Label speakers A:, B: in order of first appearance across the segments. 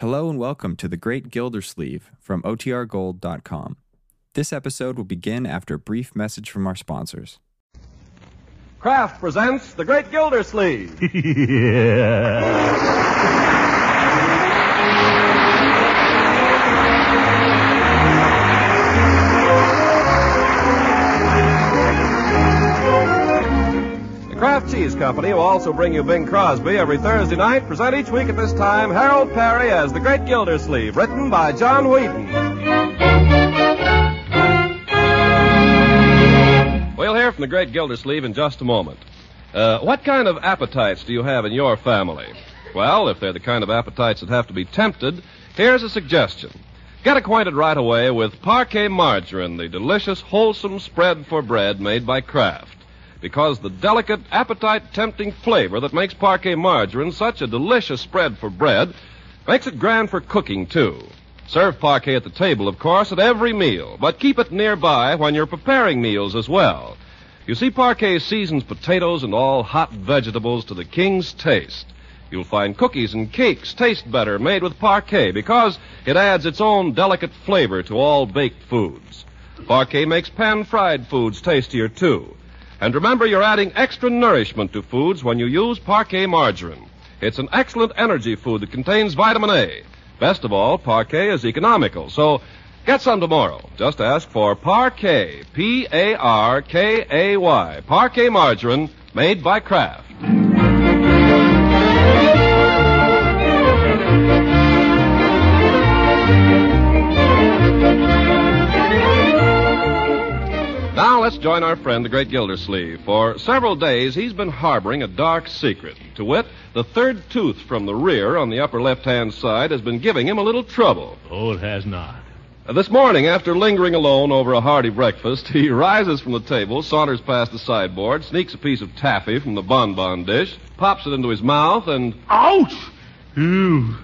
A: Hello and welcome to The Great Gildersleeve from OTRGold.com. This episode will begin after a brief message from our sponsors.
B: Kraft presents The Great Gildersleeve. the Kraft Cheese Company will also bring you Bing Crosby every Thursday night. Present each week at this time Harold Perry as The Great Gildersleeve, written by John Wheaton. We'll hear from The Great Gildersleeve in just a moment. Uh, what kind of appetites do you have in your family? Well, if they're the kind of appetites that have to be tempted, here's a suggestion. Get acquainted right away with parquet margarine, the delicious, wholesome spread for bread made by Kraft. Because the delicate, appetite tempting flavor that makes parquet margarine such a delicious spread for bread makes it grand for cooking, too. Serve parquet at the table, of course, at every meal, but keep it nearby when you're preparing meals as well. You see, parquet seasons potatoes and all hot vegetables to the king's taste. You'll find cookies and cakes taste better made with parquet because it adds its own delicate flavor to all baked foods. Parquet makes pan fried foods tastier, too. And remember, you're adding extra nourishment to foods when you use parquet margarine. It's an excellent energy food that contains vitamin A. Best of all, parquet is economical, so get some tomorrow. Just ask for parquet, P A R K A Y, parquet margarine made by Kraft. Now let's join our friend, the great Gildersleeve. For several days, he's been harboring a dark secret. To wit, the third tooth from the rear on the upper left hand side has been giving him a little trouble.
C: Oh, it has not.
B: Uh, This morning, after lingering alone over a hearty breakfast, he rises from the table, saunters past the sideboard, sneaks a piece of taffy from the bonbon dish, pops it into his mouth, and.
C: Ouch! Ew.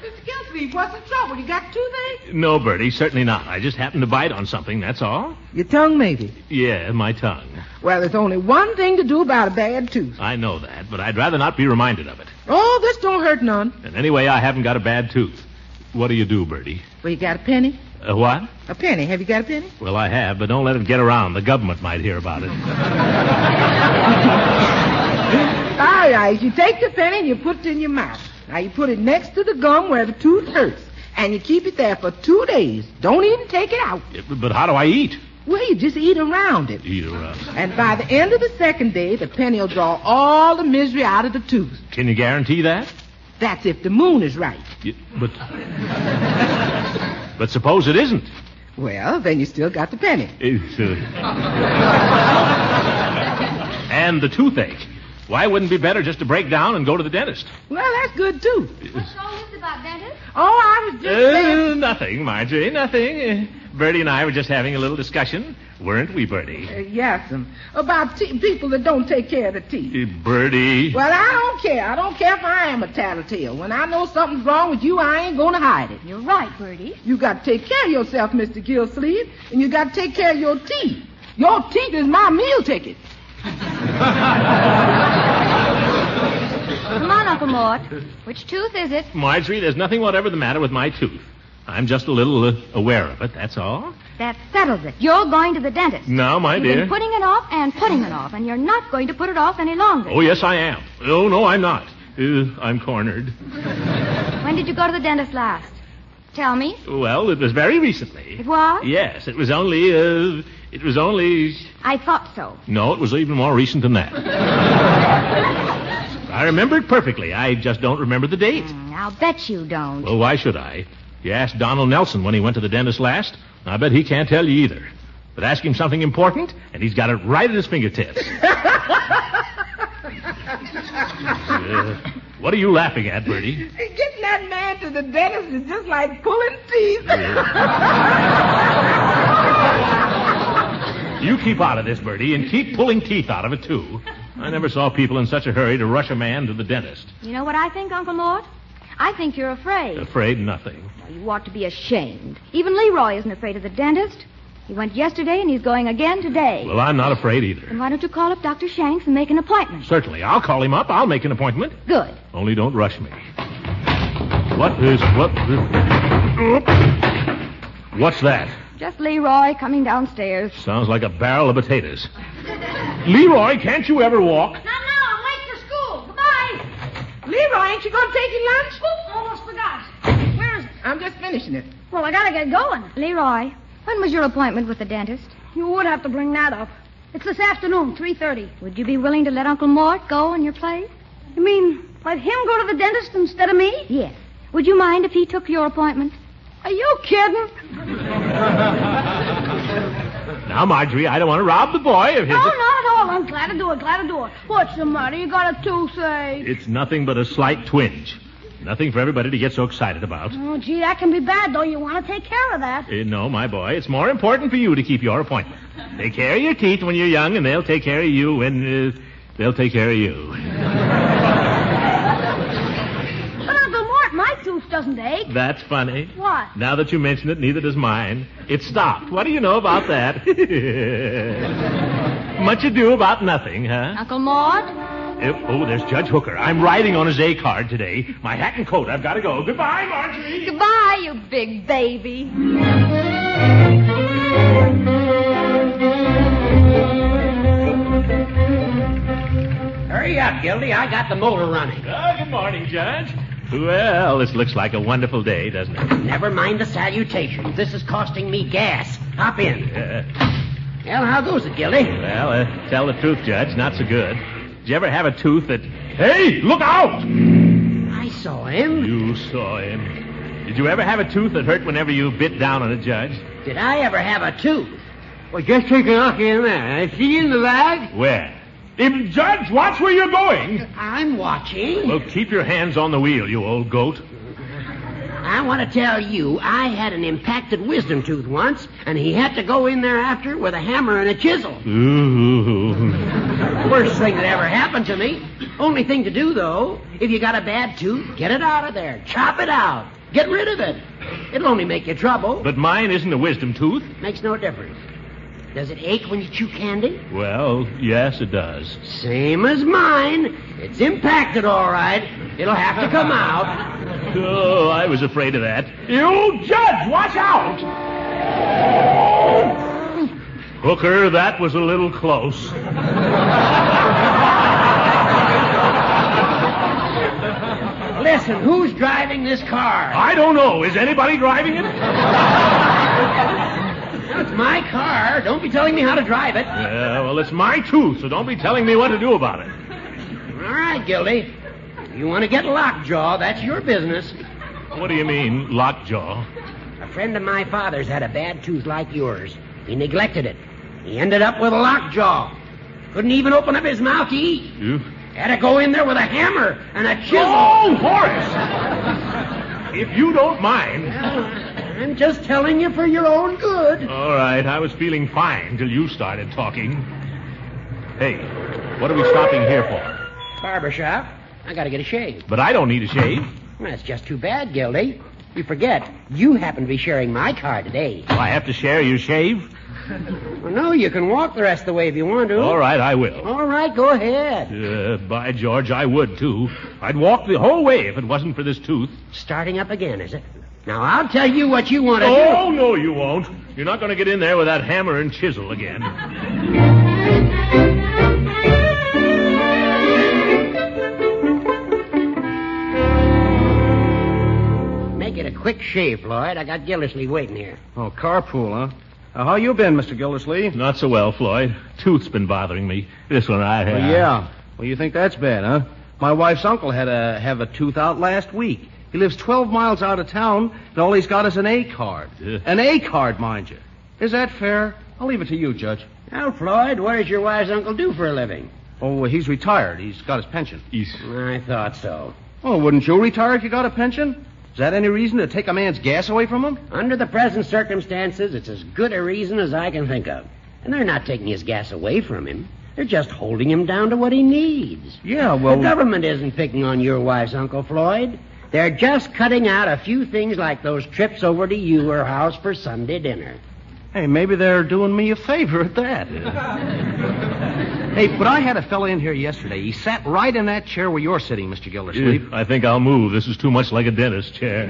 D: Mr. Gillespie, what's the trouble? You got toothache?
C: No, Bertie, certainly not. I just happened to bite on something, that's all.
D: Your tongue, maybe.
C: Yeah, my tongue.
D: Well, there's only one thing to do about a bad tooth.
C: I know that, but I'd rather not be reminded of it.
D: Oh, this don't hurt none.
C: And anyway, I haven't got a bad tooth. What do you do, Bertie?
D: Well, you got a penny?
C: Uh, what?
D: A penny. Have you got a penny?
C: Well, I have, but don't let it get around. The government might hear about it.
D: All right, you take the penny and you put it in your mouth. Now, you put it next to the gum where the tooth hurts. And you keep it there for two days. Don't even take it out.
C: Yeah, but how do I eat?
D: Well, you just eat around it.
C: Eat around.
D: And by the end of the second day, the penny will draw all the misery out of the tooth.
C: Can you guarantee that?
D: That's if the moon is right.
C: Yeah, but. but suppose it isn't.
D: Well, then you still got the penny.
C: It's, uh, and the toothache. Why wouldn't it be better just to break down and go to the dentist?
D: Well, that's good, too.
E: What's all this about, Dentist?
D: Oh, I was just saying.
C: Uh, nothing, Marjorie, nothing. Uh, Bertie and I were just having a little discussion, weren't we, Bertie?
D: Uh, Yes, um, about te- people that don't take care of the teeth.
C: Uh, Bertie.
D: Well, I don't care. I don't care if I am a tattletale. When I know something's wrong with you, I ain't going to hide it.
E: You're right, Bertie.
D: You got to take care of yourself, Mr. Gillsleeve, and you got to take care of your teeth. Your teeth is my meal ticket.
E: Come on, Uncle Mort. Which tooth is it?
C: Marjorie, there's nothing whatever the matter with my tooth. I'm just a little uh, aware of it, that's all.
E: That settles it. You're going to the dentist.
C: No, my
E: You've
C: dear.
E: been putting it off and putting it off, and you're not going to put it off any longer.
C: Oh, yes, I am. Oh, no, I'm not. Uh, I'm cornered.
E: When did you go to the dentist last? Tell me.
C: Well, it was very recently.
E: It was?
C: Yes, it was only, uh, it was only,
E: I thought so.
C: No, it was even more recent than that. I remember it perfectly. I just don't remember the date.
E: Mm, I'll bet you don't.
C: Well, why should I? You asked Donald Nelson when he went to the dentist last. I bet he can't tell you either. But ask him something important, and he's got it right at his fingertips. Uh, what are you laughing at, Bertie?
D: Getting that man to the dentist is just like pulling teeth.
C: You keep out of this, Bertie, and keep pulling teeth out of it, too. I never saw people in such a hurry to rush a man to the dentist.
E: You know what I think, Uncle Mort? I think you're afraid.
C: Afraid nothing.
E: Now, You ought to be ashamed. Even Leroy isn't afraid of the dentist. He went yesterday, and he's going again today.
C: Well, I'm not afraid either.
E: Then why don't you call up Dr. Shanks and make an appointment?
C: Certainly. I'll call him up. I'll make an appointment.
E: Good.
C: Only don't rush me. What is. What. Oop. What's that?
E: Just Leroy coming downstairs.
C: Sounds like a barrel of potatoes. Leroy, can't you ever walk?
F: Not now. I'm late for school. Goodbye.
D: Leroy, ain't you gonna take your lunch?
F: Oops, almost forgot. Where is it?
D: I'm just finishing it.
F: Well, I gotta get going.
E: Leroy, when was your appointment with the dentist?
F: You would have to bring that up. It's this afternoon, 3.30.
E: Would you be willing to let Uncle Mort go in your place?
F: You mean let him go to the dentist instead of me?
E: Yes. Would you mind if he took your appointment?
F: Are you kidding?
C: Now, Marjorie, I don't want to rob the boy of his.
F: No, not at all. I'm glad to do it, glad to do it. What's the matter? You got a toothache.
C: It's nothing but a slight twinge. Nothing for everybody to get so excited about.
F: Oh, gee, that can be bad, though. You want to take care of that.
C: Eh, no, my boy, it's more important for you to keep your appointment. Take care of your teeth when you're young, and they'll take care of you when uh, they'll take care of you.
F: But Uncle Mort, my tooth doesn't ache.
C: That's funny.
F: What?
C: Now that you mention it, neither does mine. It stopped. What do you know about that? Much ado about nothing, huh?
E: Uncle Mort?
C: Eh, Oh, there's Judge Hooker. I'm riding on his A card today. My hat and coat. I've got to go. Goodbye, Marjorie.
E: Goodbye, you big baby.
G: Hurry up, Gildy. I got the motor running.
C: Oh, good morning, Judge. Well, this looks like a wonderful day, doesn't it?
G: Never mind the salutations. This is costing me gas. Hop in.
C: Uh,
G: Well, how goes it, Gildy?
C: well, uh, tell the truth, Judge. Not so good. Did you ever have a tooth that. Hey, look out!
G: I saw him.
C: You saw him. Did you ever have a tooth that hurt whenever you bit down on it, Judge?
G: Did I ever have a tooth? Well, just take a look in there. I see in the bag.
C: Where? If, Judge, watch where you're going.
G: I'm watching.
C: Well, keep your hands on the wheel, you old goat.
G: I want to tell you, I had an impacted wisdom tooth once, and he had to go in there after with a hammer and a chisel.
C: Ooh.
G: Worst thing that ever happened to me. Only thing to do, though, if you got a bad tooth, get it out of there. Chop it out. Get rid of it. It'll only make you trouble.
C: But mine isn't a wisdom tooth.
G: Makes no difference. Does it ache when you chew candy?
C: Well, yes, it does.
G: Same as mine. It's impacted, all right. It'll have to come out.
C: Oh, I was afraid of that. You judge, watch out! Hooker, that was a little close.
G: Listen, who's driving this car?
C: I don't know. Oh, Is anybody driving it?
G: It's my car. Don't be telling me how to drive it. All
C: Yeah, well, it's my tooth, so don't be telling me what to do about it.
G: right, Gildy. You want to get lockjaw, that's your business.
C: What do you mean, lockjaw?
G: A friend of my father's had a bad tooth like yours. He neglected it. He ended up with a lockjaw. Couldn't even open up his mouth to eat.
C: You?
G: Had to go in there with a hammer and a chisel.
C: Oh, Horace! If you don't mind.
G: I'm just telling you for your own good.
C: All right, I was feeling fine till you started talking. Hey, what are we stopping here for?
G: Barber shop. I gotta get a shave.
C: But I don't need a shave.
G: Well, that's just too bad, Gildy. You forget, you happen to be sharing my car today.
C: Do I have to share your shave?
G: Well, no, you can walk the rest of the way if you want to.
C: All right, I will.
G: All right, go ahead.
C: Uh, by George, I would too. I'd walk the whole way if it wasn't for this tooth.
G: Starting up again, is it? Now, I'll tell you what you want to do.
C: Oh, no, you won't. You're not going to get in there with that hammer and chisel again.
G: Make it a quick shave, Floyd. I got Gildersleeve waiting here.
H: Oh, carpool, huh? Uh, how you been, Mr. Gildersleeve?
C: Not so well, Floyd. Tooth's been bothering me. This one I have.
H: Well, yeah. Well, you think that's bad, huh? My wife's uncle had a have a tooth out last week. He lives 12 miles out of town, and all he's got is an A card.
C: Yeah.
H: An A card, mind you. Is that fair? I'll leave it to you, Judge.
G: Now, Floyd, what does your wife's uncle do for a living?
H: Oh, well, he's retired. He's got his pension.
C: He's-
G: I thought so.
H: Oh, wouldn't you retire if you got a pension? Is that any reason to take a man's gas away from him?
G: Under the present circumstances, it's as good a reason as I can think of. And they're not taking his gas away from him. They're just holding him down to what he needs.
H: Yeah,
G: The government isn't picking on your wife's Uncle Floyd. They're just cutting out a few things like those trips over to your house for Sunday dinner.
H: Hey, maybe they're doing me a favor at that. Hey, but I had a fella in here yesterday. He sat right in that chair where you're sitting, Mr. Gildersleeve.
C: I think I'll move. This is too much like a dentist chair.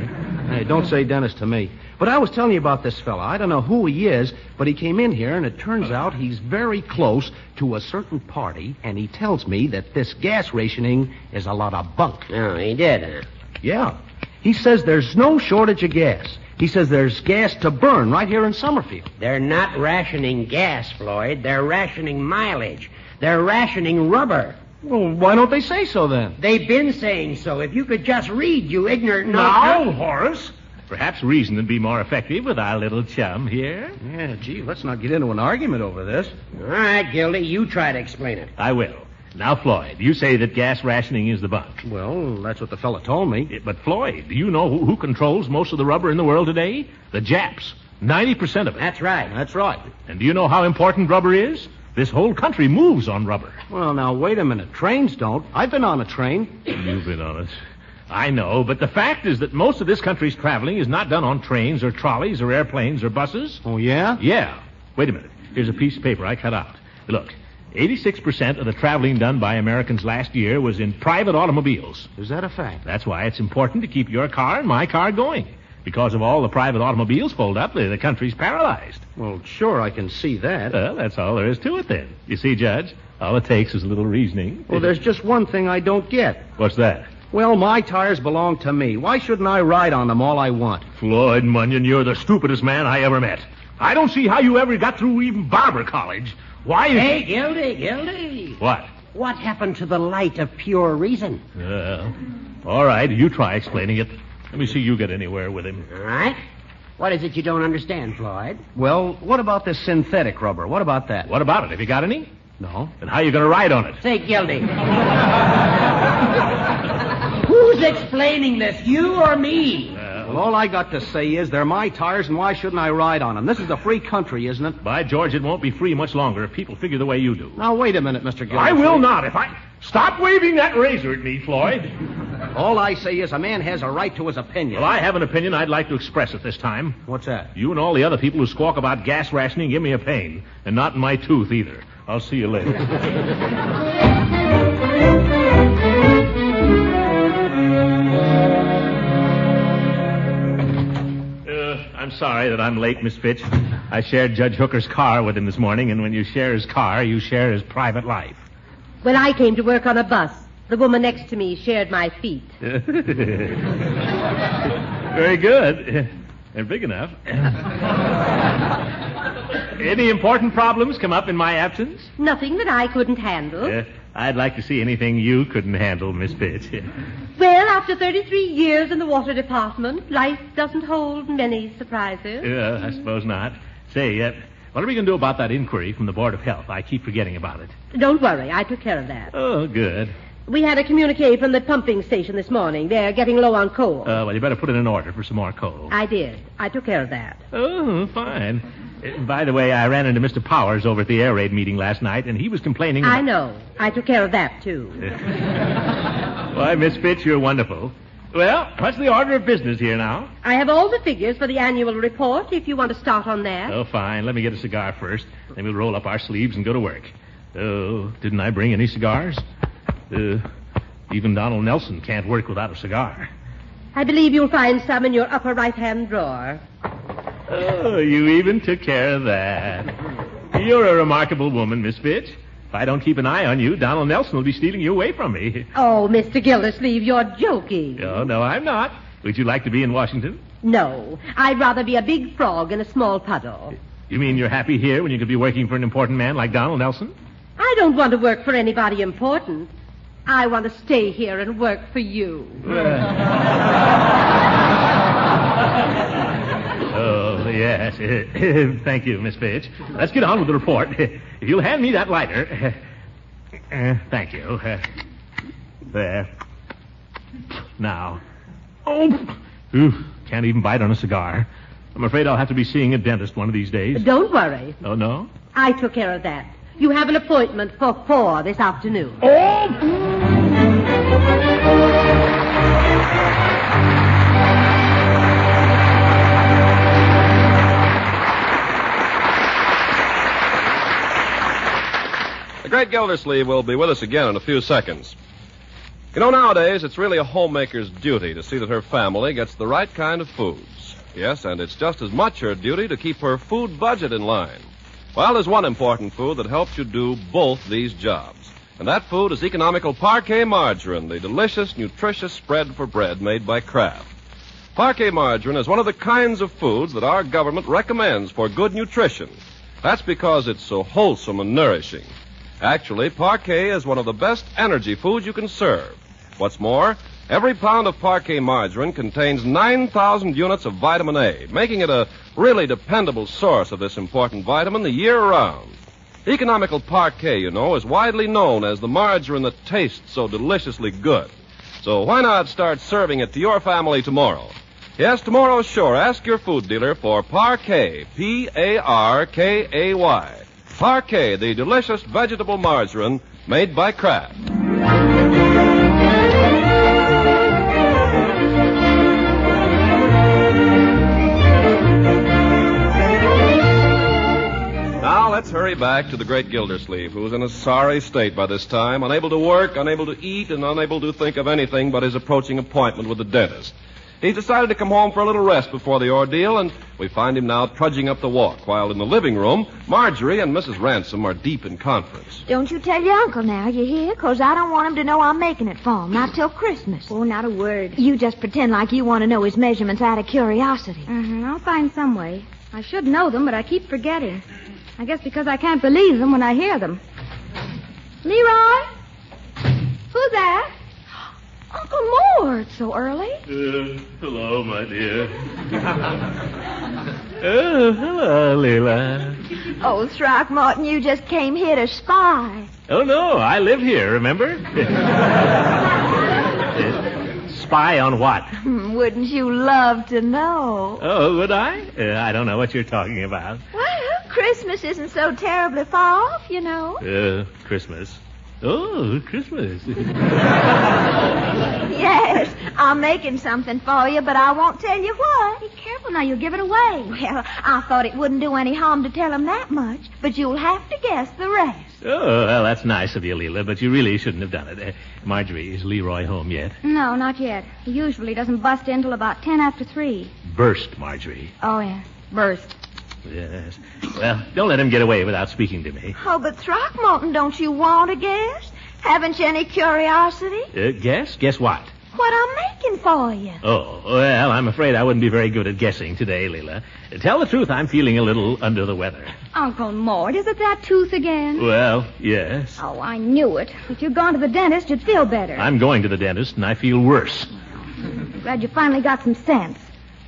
H: Hey, don't say Dennis to me. But I was telling you about this fella. I don't know who he is, but he came in here, and it turns out he's very close to a certain party, and he tells me that this gas rationing is a lot of bunk.
G: Oh, he did, huh?
H: Yeah. He says there's no shortage of gas. He says there's gas to burn right here in Summerfield.
G: They're not rationing gas, Floyd. They're rationing mileage. They're rationing rubber.
H: Well, why don't they say so then?
G: They've been saying so. If you could just read, you ignorant.
H: Horace.
C: Perhaps reason would be more effective with our little chum here.
H: Yeah, gee, let's not get into an argument over this.
G: All right, Gildy, you try to explain it.
C: I will. Now, Floyd, you say that gas rationing is the bunk.
H: Well, that's what the fella told me.
C: Yeah, But, Floyd, do you know who, who controls most of the rubber in the world today? The Japs. 90% of it.
G: That's right.
H: That's right.
C: And do you know how important rubber is? This whole country moves on rubber.
H: Well, now, wait a minute. Trains don't. I've been on a train.
C: You've been on it. I know, but the fact is that most of this country's traveling is not done on trains or trolleys or airplanes or buses.
H: Oh, yeah?
C: Yeah. Wait a minute. Here's a piece of paper I cut out. Look, 86% of the traveling done by Americans last year was in private automobiles.
H: Is that a fact?
C: That's why it's important to keep your car and my car going. Because if all the private automobiles fold up, the the country's paralyzed.
H: Well, sure, I can see that.
C: Well, that's all there is to it then. You see, Judge, all it takes is a little reasoning.
H: well, there's just one thing I don't get.
C: What's that?
H: Well, my tires belong to me. Why shouldn't I ride on them all I want?
C: Floyd Munyon, you're the stupidest man I ever met. I don't see how you ever got through even barber college. Why is...
G: Hey, Gildy, Gildy.
C: What?
G: What happened to the light of pure reason?
C: Well, all right, you try explaining it. Let me see you get anywhere with him.
G: All right. What is it you don't understand, Floyd?
H: Well, what about this synthetic rubber? What about that?
C: What about it? Have you got any?
H: No.
C: And how you going to ride on it?
G: Say, Gildy. Who's explaining this, you or me?
H: Well, all I got to say is they're my tires, and why shouldn't I ride on them? This is a free country, isn't it?
C: By George, it won't be free much longer if people figure the way you do.
H: Now, wait a minute, Mr. Gildersleeve.
C: I will not if I. Stop waving that razor at me, Floyd.
H: All I say is a man has a right to his opinion.
C: Well, I have an opinion I'd like to express at this time.
H: What's that?
C: You and all the other people who squawk about gas rationing give me a pain, and not in my tooth either. I'll see you later. Uh, I'm sorry that I'm late, Miss Fitch. I shared Judge Hooker's car with him this morning, and when you share his car, you share his private life.
I: When I came to work on a bus, the woman next to me shared my feet.
C: Very good. And big enough. Any important problems come up in my absence?
I: Nothing that I couldn't handle.
C: Uh, I'd like to see anything you couldn't handle, Miss Fitch.
I: Well, after 33 years in the water department, life doesn't hold many surprises.
C: Uh, I suppose not. Say, uh, what are we going to do about that inquiry from the Board of Health? I keep forgetting about it.
I: Don't worry, I took care of that.
C: Oh, good.
I: We had a communique from the pumping station this morning. They're getting low on coal.
C: Uh, well, you better put in an order for some more coal.
I: I did. I took care of that.
C: Oh, fine. Uh, by the way, I ran into Mr. Powers over at the air raid meeting last night, and he was complaining.
I: I
C: about-
I: know. I took care of that, too.
C: Why, Miss Fitch, you're wonderful. Well, what's the order of business here now?
I: I have all the figures for the annual report if you want to start on that.
C: Oh, fine. Let me get a cigar first. Then we'll roll up our sleeves and go to work. Oh, didn't I bring any cigars? Uh, even Donald Nelson can't work without a cigar.
I: I believe you'll find some in your upper right hand drawer.
C: Oh, you even took care of that. You're a remarkable woman, Miss Fitch. If I don't keep an eye on you, Donald Nelson will be stealing you away from me.
I: Oh, Mr. Gildersleeve, you're joking.
C: No, no, I'm not. Would you like to be in Washington?
I: No, I'd rather be a big frog in a small puddle.
C: You mean you're happy here when you could be working for an important man like Donald Nelson?
I: I don't want to work for anybody important. I want to stay here and work for you.
C: Oh, yes. Thank you, Miss Fitch. Let's get on with the report. If you'll hand me that lighter. Uh, thank you. Uh, there. Now. Oh, Oof, can't even bite on a cigar. I'm afraid I'll have to be seeing a dentist one of these days.
I: Don't worry.
C: Oh, no?
I: I took care of that. You have an appointment for four this afternoon.
B: The Great Fred Gildersleeve will be with us again in a few seconds. You know, nowadays, it's really a homemaker's duty to see that her family gets the right kind of foods. Yes, and it's just as much her duty to keep her food budget in line. Well, there's one important food that helps you do both these jobs. And that food is economical parquet margarine, the delicious, nutritious spread for bread made by Kraft. Parquet margarine is one of the kinds of foods that our government recommends for good nutrition. That's because it's so wholesome and nourishing. Actually, parquet is one of the best energy foods you can serve. What's more, every pound of parquet margarine contains 9,000 units of vitamin A, making it a really dependable source of this important vitamin the year round. Economical parquet, you know, is widely known as the margarine that tastes so deliciously good. So why not start serving it to your family tomorrow? Yes, tomorrow, sure. Ask your food dealer for Parquet. P A R K A Y. Parquet, the delicious vegetable margarine made by Kraft. Now let's hurry back to the great Gildersleeve, who's in a sorry state by this time, unable to work, unable to eat, and unable to think of anything but his approaching appointment with the dentist. He's decided to come home for a little rest before the ordeal, and we find him now trudging up the walk, while in the living room, Marjorie and Mrs. Ransom are deep in conference.
E: Don't you tell your uncle now, you hear? 'Cause I don't want him to know I'm making it for him, not till Christmas. Oh, not a word. You just pretend like you want to know his measurements out of curiosity.
F: Mm-hmm. I'll find some way. I should know them, but I keep forgetting. I guess because I can't believe them when I hear them. Leroy? Who's that? Uncle Mort, so early.
C: Uh, hello, my dear. oh, hello, Leela.
E: Oh, Throckmorton, you just came here to spy.
C: Oh, no, I live here, remember? Spy on what?
E: Hmm, Wouldn't you love to know?
C: Oh, would I? Uh, I don't know what you're talking about.
E: Well, Christmas isn't so terribly far off, you know.
C: Uh, Christmas. Oh, Christmas.
E: Yes, I'm making something for you, but I won't tell you what. Be careful now, you'll give it away. Well, I thought it wouldn't do any harm to tell him that much, but you'll have to guess the rest.
C: oh, well, that's nice of you, Leela, but you really shouldn't have done it. Uh, Marjorie, is Leroy home yet?
F: No, not yet. He usually doesn't bust in till about ten after three.
C: Burst, Marjorie.
F: Oh, yeah. Burst.
C: Yes. Well, don't let him get away without speaking to me.
E: Oh, but Throckmorton, don't you want to guess? Haven't you any curiosity?
C: Uh, guess? Guess what?
E: What I'm making for you.
C: Oh, well, I'm afraid I wouldn't be very good at guessing today, Leela. Tell the truth, I'm feeling a little under the weather.
F: Uncle Mort, is it that tooth again?
C: Well, yes.
F: Oh, I knew it. If you'd gone to the dentist, you'd feel better.
C: I'm going to the dentist, and I feel worse.
F: Glad you finally got some sense.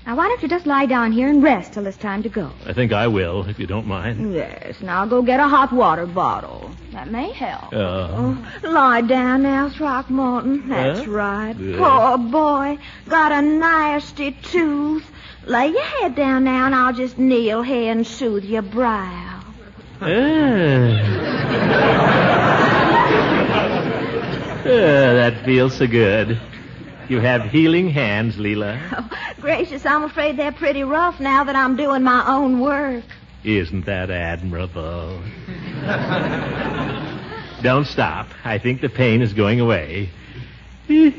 E: Now, why don't you just lie down here and rest till it's time to go?
C: I think I will, if you don't mind.
E: Yes, now I'll go get a hot water bottle. That may help.
C: Uh,
E: Lie down now, Throckmorton. That's
C: Huh?
E: right.
C: Yeah.
E: Poor boy. Got a nasty tooth. Lay your head down now, and I'll just kneel here and soothe your brow.
C: Ah. Ah, that feels so good. You have healing hands, Leela.
E: Oh, gracious, I'm afraid they're pretty rough now that I'm doing my own work.
C: Isn't that admirable? Don't stop. I think the pain is going away. yes,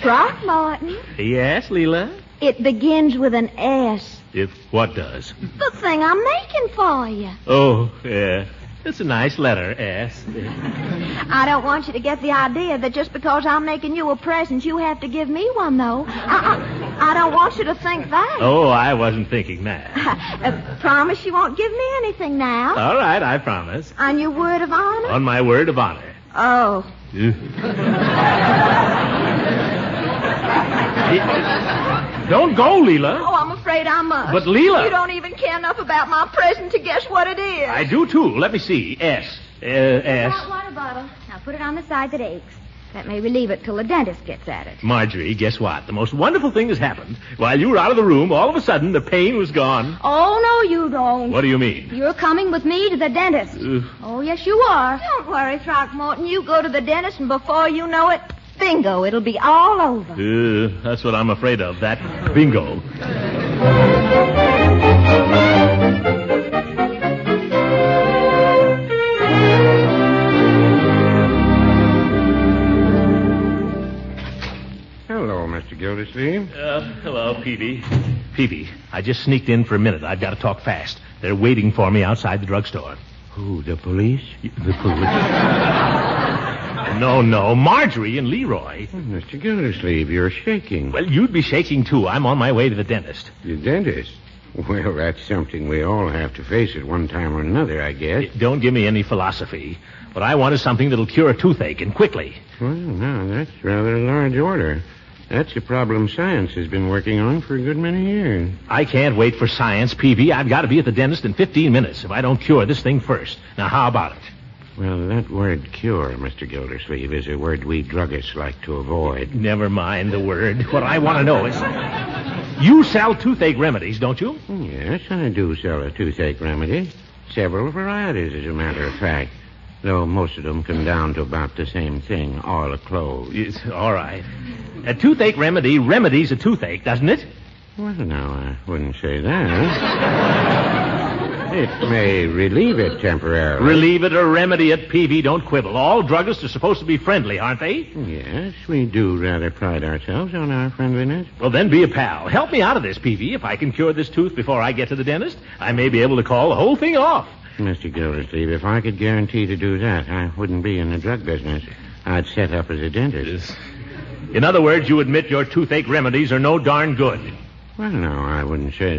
E: Throckmorton,
C: Leela?
E: it begins with an S.
C: If what does?
E: The thing I'm making for you.
C: Oh, yeah. It's a nice letter, S.
E: I don't want you to get the idea that just because I'm making you a present, you have to give me one, though. I, I, I don't want you to think that.
C: Oh, I wasn't thinking that.
E: Uh, promise you won't give me anything now.
C: All right, I promise.
E: On your word of honor?
C: On my word of honor.
E: Oh.
C: Don't go, Leela.
E: Oh, I'm afraid I must.
C: But, Leela-
E: You don't even care enough about my present to guess what it is.
C: I do too. Let me see. S. Uh,
F: Hot
C: S.
F: water bottle. Now put it on the side that aches. That may relieve it till the dentist gets at it.
C: Marjorie, guess what? The most wonderful thing has happened. While you were out of the room, all of a sudden the pain was gone.
F: Oh, no, you don't.
C: What do you mean?
F: You're coming with me to the dentist.
C: Uh,
F: Oh, yes, you are.
E: Don't worry, Throckmorton. You go to the dentist, and before you know it, bingo, it'll be all over.
C: uh, that's what I'm afraid of. That bingo.
J: Hello, Mr. Gildersleeve.
C: Uh, hello, Peavy. Peavy, I just sneaked in for a minute. I've got to talk fast. They're waiting for me outside the drugstore. Who, the police? The police. no, no, Marjorie and Leroy.
J: Mr. Gildersleeve, you're shaking.
C: Well, you'd be shaking, too. I'm on my way to the dentist.
J: The dentist? Well, that's something we all have to face at one time or another, I guess.
C: Don't give me any philosophy. What I want is something that'll cure a toothache, and quickly.
J: Well, now, that's rather a large order. That's a problem science has been working on for a good many years.
C: I can't wait for science, PB. I've got to be at the dentist in 15 minutes if I don't cure this thing first. Now, how about it?
J: Well, that word cure, Mr. Gildersleeve, is a word we druggists like to avoid.
C: Never mind the word. What I want to know is. You sell toothache remedies, don't you?
J: Yes, I do sell a toothache remedy. Several varieties, as a matter of fact. Though most of them come down to about the same thing, oil or cloves.
C: Yes, all right. A toothache remedy remedies a toothache, doesn't it?
J: Well, now, I wouldn't say that. it may relieve it temporarily.
C: Relieve it or remedy it, PV, don't quibble. All druggists are supposed to be friendly, aren't they?
J: Yes, we do rather pride ourselves on our friendliness.
C: Well, then be a pal. Help me out of this, PV. If I can cure this tooth before I get to the dentist, I may be able to call the whole thing off.
J: Mr. Gildersleeve, if I could guarantee to do that, I wouldn't be in the drug business. I'd set up as a dentist.
C: In other words, you admit your toothache remedies are no darn good.
J: Well, no, I wouldn't say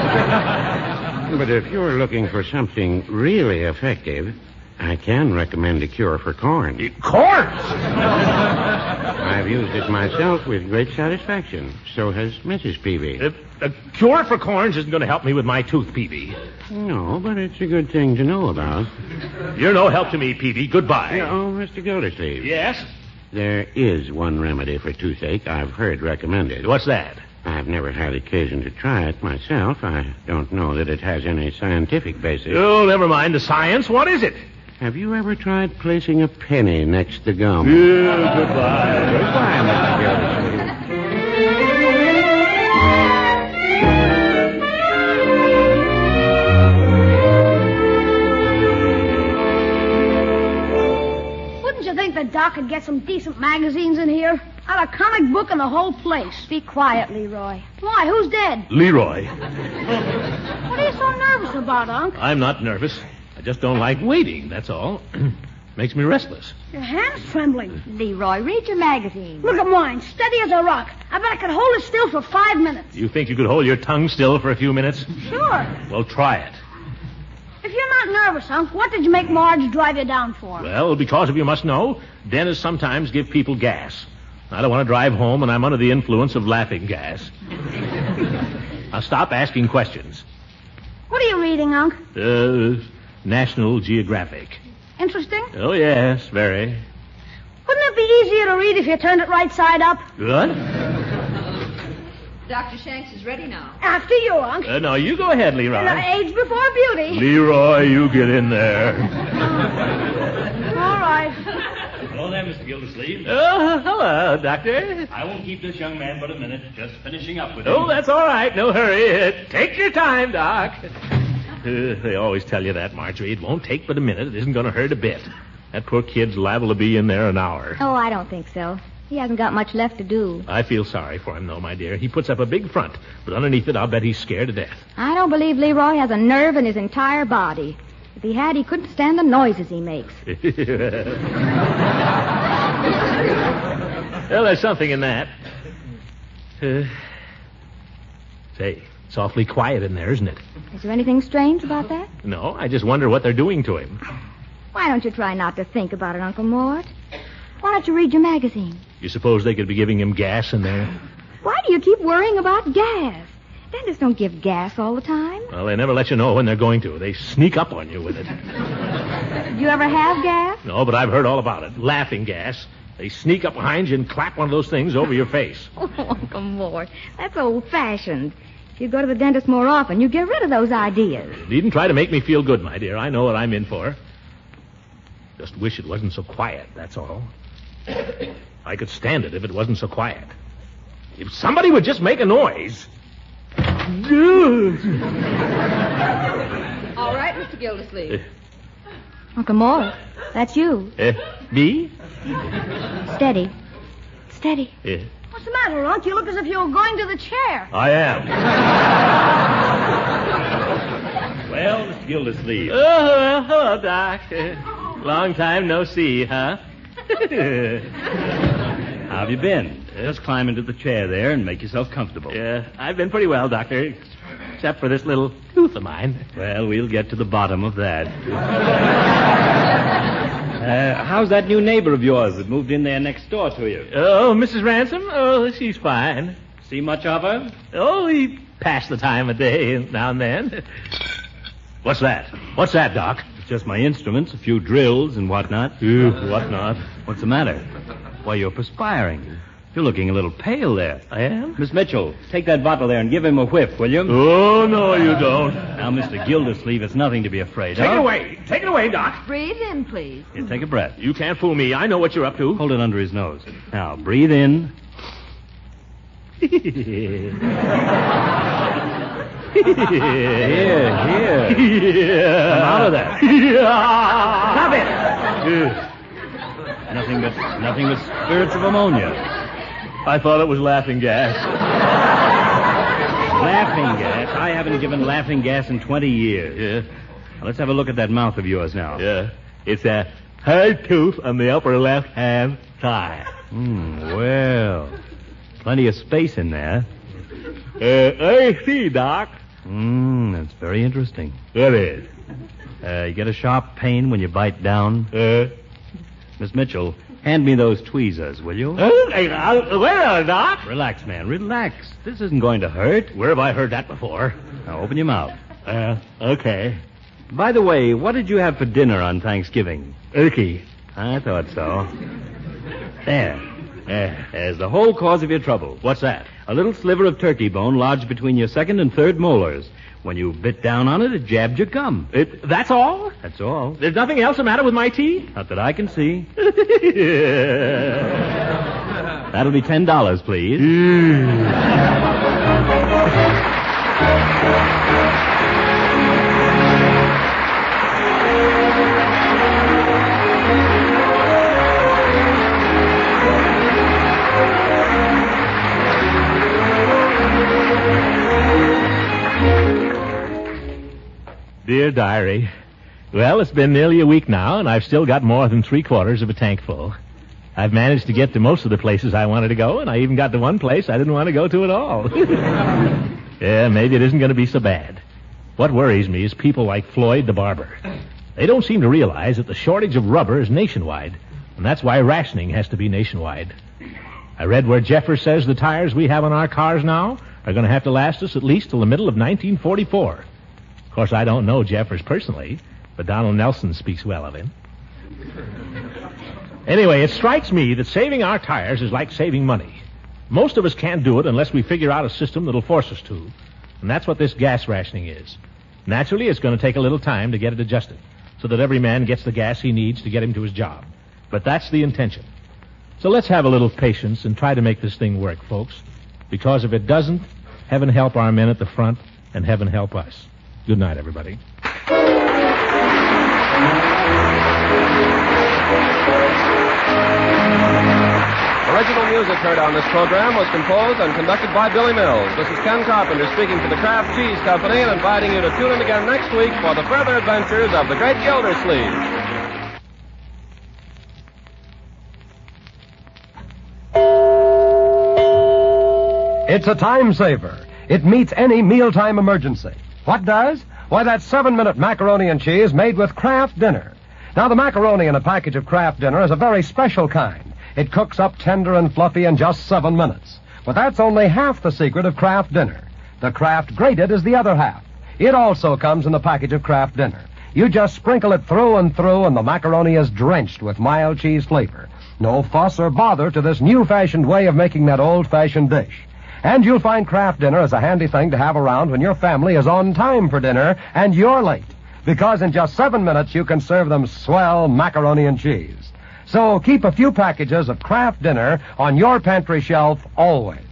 J: that. but if you're looking for something really effective, I can recommend a cure for corn.
C: Corn?
J: I've used it myself with great satisfaction. So has Mrs. Peavy.
C: A, a cure for corns isn't going to help me with my tooth, Peavy.
J: No, but it's a good thing to know about.
C: You're no help to me, Peavy. Goodbye.
J: oh, Mr. Gildersleeve.
C: Yes?
J: There is one remedy for toothache I've heard recommended.
C: What's that?
J: I've never had occasion to try it myself. I don't know that it has any scientific basis.
C: Oh, never mind the science. What is it?
J: Have you ever tried placing a penny next to gum?
C: Yeah, goodbye.
J: Goodbye, Mr. Gildersleeve.
F: Wouldn't you think the doc could get some decent magazines in here? I'd a comic book in the whole place. Be quiet, Leroy. Why, who's dead?
C: Leroy,
F: What are you so nervous about, Unc?
C: I'm not nervous. I just don't like waiting, that's all. Makes me restless.
F: Your hand's trembling.
E: Leroy, read your magazine.
F: Look at mine, steady as a rock. I bet I could hold it still for five minutes.
C: You think you could hold your tongue still for a few minutes?
F: Sure.
C: Well, try it.
F: If you're not nervous, Unc, what did you make Marge drive you down for?
C: Well, because if you must know, dentists sometimes give people gas. I don't want to drive home, and I'm under the influence of laughing gas. now stop asking questions.
F: What are you reading, Unc?
C: Uh, National Geographic.
F: Interesting?
C: Oh, yes, very.
F: Wouldn't it be easier to read if you turned it right side up?
C: Good.
K: Dr. Shanks is ready now.
F: After you, Unc.
C: Uh, now, you go ahead, Leroy.
F: And, uh, age before beauty.
C: Leroy, you get in there.
F: All right.
L: Hello there, Mr. Gildersleeve.
C: Oh, hello, Doctor.
L: I won't keep this young man but a minute. Just finishing up with him.
C: Oh, that's all right. No hurry. Uh, Take your time, Doc. Uh, they always tell you that, Marjorie. It won't take but a minute. It isn't going to hurt a bit. That poor kid's liable to be in there an hour.
E: Oh, I don't think so. He hasn't got much left to do.
C: I feel sorry for him, though, my dear. He puts up a big front, but underneath it, I'll bet he's scared to death.
E: I don't believe Leroy has a nerve in his entire body. If he had, he couldn't stand the noises he makes.
C: well, there's something in that. Uh, say, it's awfully quiet in there, isn't it?
E: Is there anything strange about that?
C: No, I just wonder what they're doing to him.
E: Why don't you try not to think about it, Uncle Mort? Why don't you read your magazine?
C: You suppose they could be giving him gas in there?
E: Why do you keep worrying about gas? Dentists don't give gas all the time.
C: Well, they never let you know when they're going to. They sneak up on you with it.
E: Did you ever have gas?
C: No, but I've heard all about it. Laughing gas. They sneak up behind you and clap one of those things over your face.
E: Oh, Uncle Mort, that's old-fashioned. If you go to the dentist more often, you get rid of those ideas.
C: You needn't try to make me feel good, my dear. I know what I'm in for. Just wish it wasn't so quiet, that's all. I could stand it if it wasn't so quiet. If somebody would just make a noise.
K: All right, Mr. Gildersleeve.
E: Uncle Mort, that's you.
C: Eh, me?
E: Steady.
F: Steady.
K: Yeah.
F: What's the matter, Unc? You look as if you were going to the chair.
K: I am.
L: Well, Mr. Gildersleeve.
C: Oh, hello, Doc. Long time no see, huh?
L: How have you been? Just climb into the chair there and make yourself comfortable.
C: Yeah, I've been pretty well, Doctor, except for this little tooth of mine.
L: Well, we'll get to the bottom of that. Uh, how's that new neighbor of yours that moved in there next door to you?
C: Oh, Mrs. Ransom? Oh, she's fine.
L: See much of her?
C: Oh, he passed the time of day now and then. What's that? What's that, Doc?
L: Just my instruments, a few drills and whatnot. Uh,
C: Ooh, whatnot.
L: What's the matter? Why, you're perspiring. You're looking a little pale there.
C: I am?
L: Miss Mitchell, take that bottle there and give him a whip, will you?
C: Oh, no, you don't.
L: Now, Mr. Gildersleeve, it's nothing to be afraid
C: Take
L: of.
C: it away. Take it away, Doc.
E: Breathe in, please.
L: Here, take a breath.
C: You can't fool me. I know what you're up to.
L: Hold it under his nose. Now, breathe in. Here, here. Come out of that.
C: Stop
L: it. nothing but nothing but spirits of ammonia.
C: I thought it was laughing gas.
L: Laughing gas. I haven't given laughing gas in 20 years. Yeah. Now, let's have a look at that mouth of yours now.
C: Yeah. It's uh, a hard tooth on the upper left hand thigh.
L: Hmm, well, plenty of space in there.
C: Uh, I see, Doc.
L: Hmm, that's very interesting.
C: What is?
L: Uh, you get a sharp pain when you bite down?
C: Uh,
L: Miss Mitchell, hand me those tweezers, will you?
C: uh, well, Doc.
L: Relax, man, relax. This isn't going to hurt.
C: Where have I heard that before?
L: Now, open your mouth.
C: Uh, okay.
L: By the way, what did you have for dinner on Thanksgiving?
C: Erky.
L: I thought so. There.
C: Yeah.
L: There's the whole cause of your trouble.
C: What's that?
L: A little sliver of turkey bone lodged between your second and third molars. When you bit down on it, it jabbed your gum.
C: It, that's all?
L: That's all.
C: There's nothing else the matter with my teeth?
L: Not that I can see.
C: yeah.
L: That'll be ten dollars, please.
C: Dear diary. Well, it's been nearly a week now, and I've still got more than three quarters of a tank full. I've managed to get to most of the places I wanted to go, and I even got to one place I didn't want to go to at all. yeah, maybe it isn't going to be so bad. What worries me is people like Floyd the barber. They don't seem to realize that the shortage of rubber is nationwide, and that's why rationing has to be nationwide. I read where Jeffer says the tires we have on our cars now are going to have to last us at least till the middle of 1944. Of course, I don't know Jeffers personally, but Donald Nelson speaks well of him. Anyway, it strikes me that saving our tires is like saving money. Most of us can't do it unless we figure out a system that'll force us to. And that's what this gas rationing is. Naturally, it's going to take a little time to get it adjusted so that every man gets the gas he needs to get him to his job. But that's the intention. So let's have a little patience and try to make this thing work, folks. Because if it doesn't, heaven help our men at the front and heaven help us. Good night, everybody.
B: Original music heard on this program was composed and conducted by Billy Mills. This is Ken Carpenter speaking for the Kraft Cheese Company and inviting you to tune in again next week for the further adventures of the Great Gildersleeve.
M: It's a time saver. It meets any mealtime emergency. What does? Why, that seven minute macaroni and cheese made with Kraft Dinner. Now, the macaroni in a package of Kraft Dinner is a very special kind. It cooks up tender and fluffy in just seven minutes. But that's only half the secret of Kraft Dinner. The Kraft Grated is the other half. It also comes in the package of Kraft Dinner. You just sprinkle it through and through, and the macaroni is drenched with mild cheese flavor. No fuss or bother to this new fashioned way of making that old fashioned dish. And you'll find Kraft Dinner is a handy thing to have around when your family is on time for dinner and you're late. Because in just seven minutes you can serve them swell macaroni and cheese. So keep a few packages of Kraft Dinner on your pantry shelf always.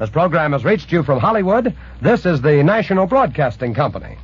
M: This program has reached you from Hollywood. This is the National Broadcasting Company.